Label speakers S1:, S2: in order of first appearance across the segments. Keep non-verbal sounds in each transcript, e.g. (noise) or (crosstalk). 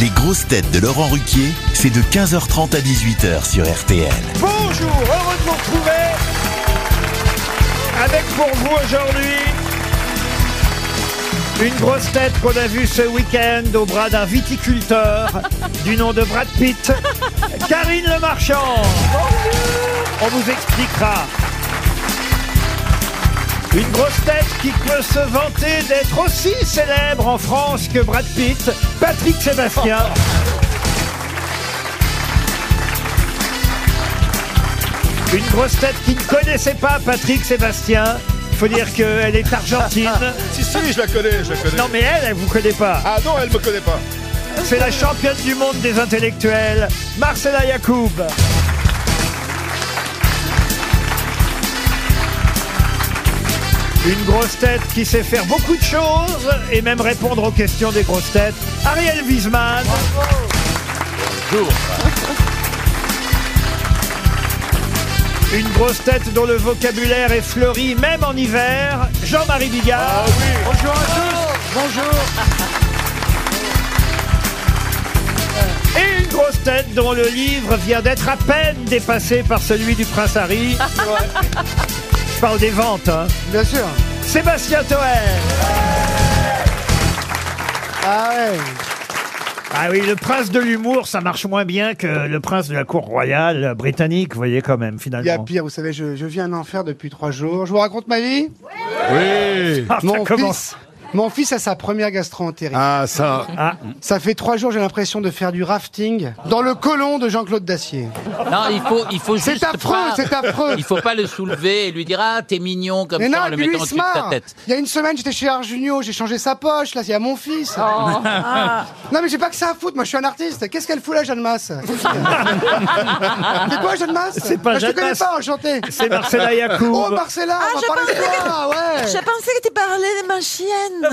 S1: Les grosses têtes de Laurent Ruquier, c'est de 15h30 à 18h sur RTL.
S2: Bonjour, heureux de vous retrouver avec pour vous aujourd'hui une grosse tête qu'on a vue ce week-end au bras d'un viticulteur du nom de Brad Pitt, Karine Le Marchand. On vous expliquera. Une grosse tête qui peut se vanter d'être aussi célèbre en France que Brad Pitt, Patrick Sébastien. Une grosse tête qui ne connaissait pas Patrick Sébastien. Il faut dire qu'elle est argentine.
S3: Si, si, je la connais, je la connais.
S2: Non mais elle, elle vous connaît pas.
S3: Ah non, elle me connaît pas.
S2: C'est la championne du monde des intellectuels, Marcela Yacoub. Une grosse tête qui sait faire beaucoup de choses et même répondre aux questions des grosses têtes, Ariel Wiesman. Une grosse tête dont le vocabulaire est fleuri même en hiver, Jean-Marie Bigard.
S3: Bonjour à tous. Bonjour.
S2: Et une grosse tête dont le livre vient d'être à peine dépassé par celui du prince
S4: (laughs)
S2: Harry. Je parle des ventes, hein.
S5: Bien sûr.
S2: Sébastien Toer.
S5: Ah ouais.
S2: Ah oui, le prince de l'humour, ça marche moins bien que le prince de la cour royale britannique, vous voyez quand même,
S5: Il y a
S2: finalement.
S5: pire, vous savez, je, je vis un enfer depuis trois jours. Je vous raconte ma vie
S3: Oui.
S2: (laughs) Ah, ça commence.
S5: fils, mon fils a sa première gastro-entérite.
S3: Ah ça.
S5: Ça fait trois jours, j'ai l'impression de faire du rafting dans le colon de Jean-Claude Dacier.
S6: Non, il faut, il faut
S5: C'est
S6: juste
S5: affreux,
S6: pas-
S5: c'est affreux.
S6: Il faut pas le soulever et lui dire ah t'es mignon comme
S5: Mais
S6: ça
S5: non,
S6: en le
S5: puis lui,
S6: mettant
S5: il se
S6: au-dessus de ta
S5: marre.
S6: tête.
S5: Il y a une semaine, j'étais chez Arjunio, j'ai changé sa poche, là, il y a mon fils.
S6: Oh.
S5: (laughs) Non, mais j'ai pas que ça à foutre, moi, je suis un artiste. Qu'est-ce qu'elle fout là, Jeanne
S6: (laughs)
S5: Masse C'est toi, Jeanne Masse
S2: C'est pas
S5: Moi, Je
S2: Jeanne
S5: te connais
S2: Masse.
S5: pas, enchanté.
S2: C'est Marcela Yacoub.
S5: Oh, Marcella, on
S7: Ah,
S5: va
S7: je
S5: parler de
S7: pensais
S5: toi, ouais.
S7: Je pensais que tu parlais de ma chienne.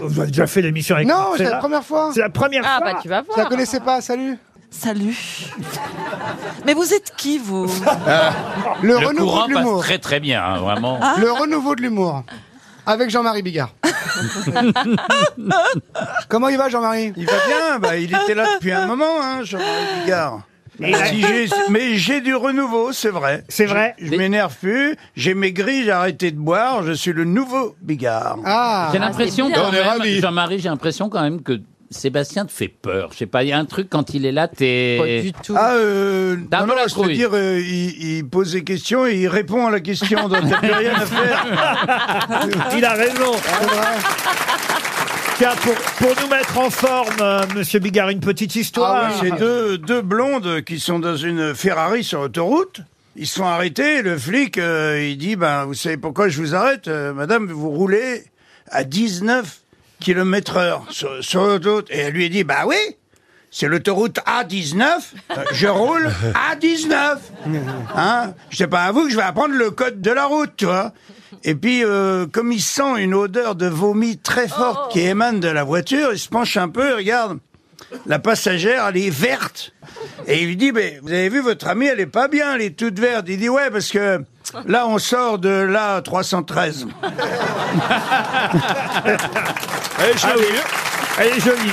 S2: Oh, Vous avez déjà fait l'émission avec
S5: Non, c'est
S2: Marcella.
S5: la première fois.
S2: C'est la première
S4: Ah
S2: fois.
S4: bah tu vas voir.
S5: Je la connaissais pas, salut.
S7: Salut. Mais vous êtes qui, vous
S5: Le,
S6: Le
S5: renouveau
S6: courant
S5: de
S6: passe
S5: l'humour.
S6: très très bien, hein, vraiment.
S4: Ah.
S5: Le renouveau de l'humour. Avec Jean-Marie
S4: (laughs)
S5: Bigard. Comment il va, Jean-Marie
S8: Il va bien, bah, il était là depuis un moment, hein, Jean-Marie Bigard.
S2: Et
S5: Ah,
S2: là-
S8: Si j'ai- mais j'ai du renouveau, c'est vrai.
S2: C'est vrai.
S8: Je m'énerve plus, j'ai maigri, j'ai arrêté de boire, je suis le nouveau Bigard.
S5: Ah,
S6: J'ai l'impression
S4: bien.
S6: quand
S3: On est
S6: même,
S3: ravis.
S6: Jean-Marie, j'ai l'impression quand même que Sébastien te fait peur. Je sais pas, il y a un truc quand il est là, t'es.
S4: tout.
S8: Ah, euh,
S6: T'as un
S8: non,
S6: peu
S8: non,
S6: la
S8: je veux
S6: trouille.
S8: dire, euh, il, il pose des questions et il répond à la question, donc t'as plus rien à faire.
S2: Il a raison.
S5: Ah, c'est vrai.
S2: Tiens, pour, pour nous mettre en forme, euh, Monsieur Bigard, une petite histoire.
S5: Ah oui,
S8: J'ai deux, deux blondes qui sont dans une Ferrari sur autoroute. Ils se font arrêter. et Le flic, euh, il dit, ben, vous savez pourquoi je vous arrête, euh, madame, vous roulez à 19 km heure sur, sur l'autoroute. Et elle lui dit, bah oui, c'est l'autoroute A19, euh, je roule à 19. Hein je sais pas à vous que je vais apprendre le code de la route, tu vois. Et puis, euh, comme il sent une odeur de vomi très forte qui émane de la voiture, il se penche un peu et regarde. La passagère, elle est verte. Et il lui dit, mais vous avez vu, votre amie, elle est pas bien, elle est toute verte. Il dit, ouais, parce que là, on sort de la 313.
S3: Eh, je l'ai oublié.
S2: Ah Elle est jolie.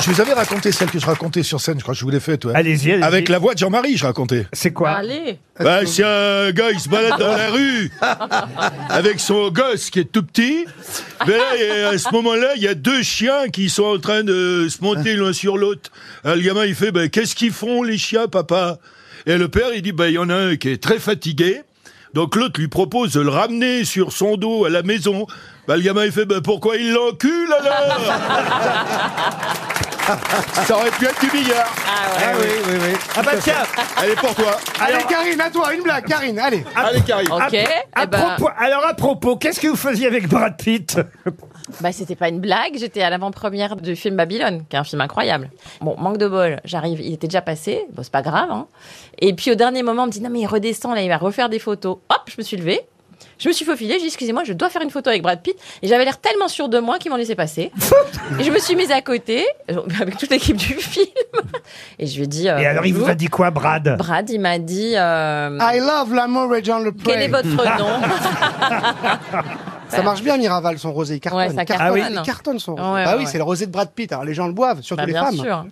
S3: Je vous avais raconté celle que je racontais sur scène, je crois que je vous l'ai fait, toi.
S2: Allez-y. allez-y.
S3: Avec la voix de Jean-Marie, je racontais.
S2: C'est quoi
S4: Allez.
S3: Bah, c'est un gars, il se balade dans la rue avec son gosse qui est tout petit. Mais là, et à ce moment-là, il y a deux chiens qui sont en train de se monter l'un sur l'autre. Alors, le gamin, il fait, bah, qu'est-ce qu'ils font les chiens, papa Et le père, il dit, bah, il y en a un qui est très fatigué. Donc l'autre lui propose de le ramener sur son dos à la maison. Bah, le gamin, il fait, bah, pourquoi il l'encule alors Ça aurait pu être du billard.
S5: Ah
S8: Eh
S5: oui, oui, oui.
S2: Ah bah tiens.
S3: Allez, pour toi.
S5: Allez, Karine, à toi, une blague, Karine, allez.
S3: Allez, Karine.
S4: Ok.
S2: à- à
S4: eh ben,
S2: propos- alors à propos, qu'est-ce que vous faisiez avec Brad Pitt
S4: bah, c'était pas une blague. J'étais à l'avant-première du film Babylone, qui est un film incroyable. Bon, manque de bol. J'arrive, il était déjà passé. Bon, c'est pas grave. Hein. Et puis au dernier moment, on me dit non mais il redescend là, il va refaire des photos. Hop, je me suis levée. Je me suis faufilée, j'ai dit excusez-moi, je dois faire une photo avec Brad Pitt. Et j'avais l'air tellement sûre de moi qu'ils m'ont laissé passer. et je me suis mise à côté, (laughs) euh, avec toute l'équipe du film. Et je lui ai dit. euh,
S2: Et alors il vous a dit quoi, Brad
S4: Brad, il m'a dit. euh,
S7: Ah,
S5: I love l'amour et Jean Le Prey.
S4: Quel est votre nom
S5: Ça marche bien, Miraval, son rosé. Il cartonne.
S4: Ouais, ça
S5: Il cartonne.
S4: cartonne.
S5: Il cartonne son rosé.
S4: Ouais, ouais,
S5: bah oui,
S4: ouais.
S5: c'est le rosé de Brad Pitt. Alors les gens le boivent, surtout
S4: Bah,
S5: les
S4: bien
S5: femmes.
S4: sûr.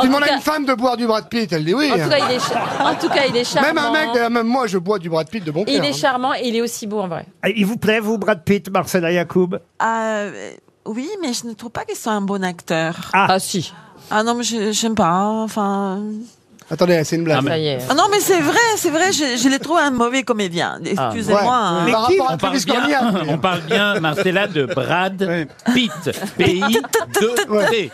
S5: Tu demandes à
S4: cas-
S5: une femme de boire du Brad Pitt, elle dit oui. hein.
S4: En tout, cas, il est cha- en tout cas, il est charmant.
S5: Même un mec, Ah. euh, même moi, je bois du Brad Pitt de bon
S4: Il
S5: cœur. hein.
S4: est charmant et il est aussi beau en vrai.
S2: Ah, Il vous plaît, vous, Brad Pitt, Marcella Yacoub
S7: Ah, euh, oui, mais je ne trouve pas qu'il soit un bon acteur.
S2: Ah.
S4: si.
S7: Ah non, mais je j'aime pas. hein, Enfin.
S5: Attendez, c'est une blague.
S6: Ah, mais-
S4: Ça y est.
S7: Ah non, mais c'est vrai, c'est vrai. Je, je les trouve un mauvais comédien. Excusez-moi. hein.
S5: Ouais. Par
S2: qui
S5: rapport à
S6: On parle,
S5: Travis hein,
S6: bien,
S5: Cornillac, mais-
S6: (laughs) on parle bien, Marcella, de Brad Pitt.
S5: (laughs)
S6: Pays de T.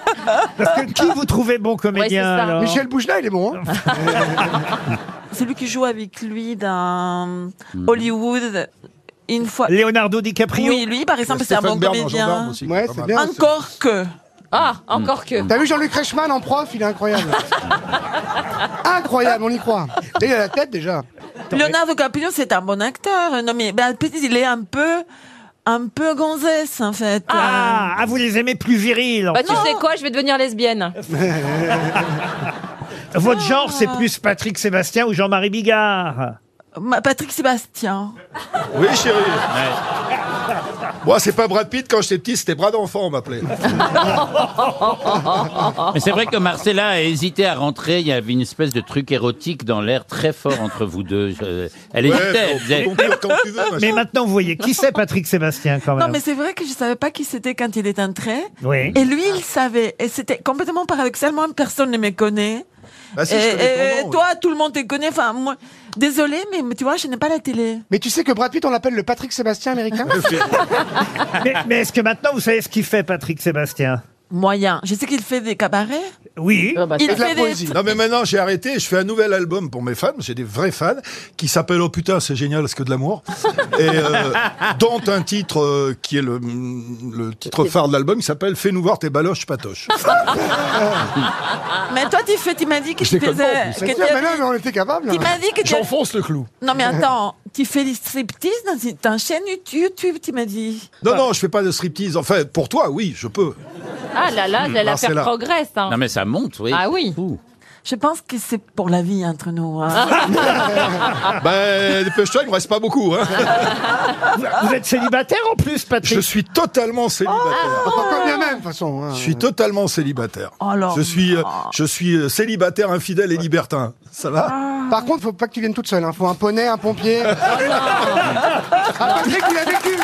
S2: Parce que qui vous trouvez bon comédien
S4: Ouais, c'est ça.
S2: alors
S5: Michel Bougelin, il est bon.
S6: Ah,
S5: hein.
S7: C'est lui qui joue avec lui dans Hollywood une fois.
S2: Leonardo DiCaprio
S7: Oui, lui, par exemple, c'est un bon comédien.
S5: ouais, c'est bien. ça.
S7: Encore que.
S4: Ah, encore que.
S5: T'as vu Jean-Luc Reichmann en prof, il est incroyable. incroyable, on y croit. Et il a la tête déjà.
S7: Leonardo DiCaprio, c'est un bon acteur. Non, mais ben, petit, il est un peu, un peu gonzesse, en fait.
S2: ah, ah, vous les aimez plus virils. en
S4: Bah, tu
S2: fait.
S4: sais quoi, je vais devenir lesbienne.
S2: Votre genre, c'est plus Patrick Sébastien ou Jean-Marie Bigard.
S7: Euh, Ma- Patrick Sébastien.
S3: Oui, chérie. Moi, c'est pas Brad Pitt. Quand j'étais petit, c'était bras d'enfant, on m'appelait.
S6: Mais c'est vrai que Marcella a hésité à rentrer. Il y avait une espèce de truc érotique dans l'air très fort entre vous deux. Je- Elle
S3: Ouais,
S6: hésitait. elle
S3: faut-
S6: disait,
S3: faut conclure quand tu veux, ma
S2: Mais
S3: chérie.
S2: maintenant, vous voyez, qui c'est Patrick Sébastien quand
S7: Non,
S2: même
S7: mais c'est vrai que je savais pas qui c'était quand il est entré.
S2: Oui.
S7: Et lui, il savait. Et c'était complètement paradoxalement, personne ne me connaît.
S3: Bah, si,
S7: et
S3: je connais
S7: et-
S3: ton nom,
S7: Eh, euh, toi, tout le monde te connaît. Enfin, moi, désolé, mais mais tu vois, je n'ai pas la télé.
S5: Mais tu sais que Brad Pitt, on l'appelle le Patrick Sébastien américain
S3: oui.
S2: mais, mais est-ce que maintenant, vous savez ce qu'il fait, Patrick Sébastien
S7: Moyen. Je sais qu'il fait des cabarets.
S2: Oui.
S4: Ah, bah,
S7: Il
S5: Et de la
S7: fait des.
S5: poésie.
S3: Non mais maintenant j'ai arrêté, je fais un nouvel album pour mes fans, j'ai des vrais fans, qui s'appelle Oh putain c'est génial, ce que de l'amour, et euh, dont un titre euh, qui est le, le titre phare de l'album qui s'appelle Fais-nous voir tes baloches patoches.
S7: Mais toi, tu fais, tu m'as dit que
S3: Je
S7: tu
S3: déconne pas,
S7: faisais.
S3: vous
S7: que
S5: Mais
S7: tu-
S5: tiens, mais non, mais on était hein. capable.
S7: Tu m'as dit que tu.
S3: J'enfonce le clou.
S7: Non, mais attends, tu fais des striptease dans une- dans une chaîne YouTube, tu m'as dit.
S3: Non non je fais pas de striptease, enfin pour toi oui je peux.
S4: Ah là là, la l'affaire
S3: Marcella.
S4: progresse. hein.
S6: Non mais ça monte, oui.
S4: Ah oui.
S6: Fou.
S7: Je pense que c'est pour la vie entre nous. hein.
S3: Ben dépêche-toi il me reste pas beaucoup. Hein.
S7: Ah,
S2: Vous, vous êtes célibataire en plus, Patrick
S3: Je suis
S7: Oh, ah,
S3: totalement célibataire.
S5: Enfin, quand bien même, de toute façon. hein.
S3: Je suis totalement célibataire.
S7: Oh, alors,
S3: je suis, euh,
S7: oh.
S3: je suis euh, célibataire, infidèle et libertin. Ça va
S5: Par contre, faut pas que tu viennes toute seule. Hein. Faut un poney, un pompier. Ah, Patrick, il a vécu.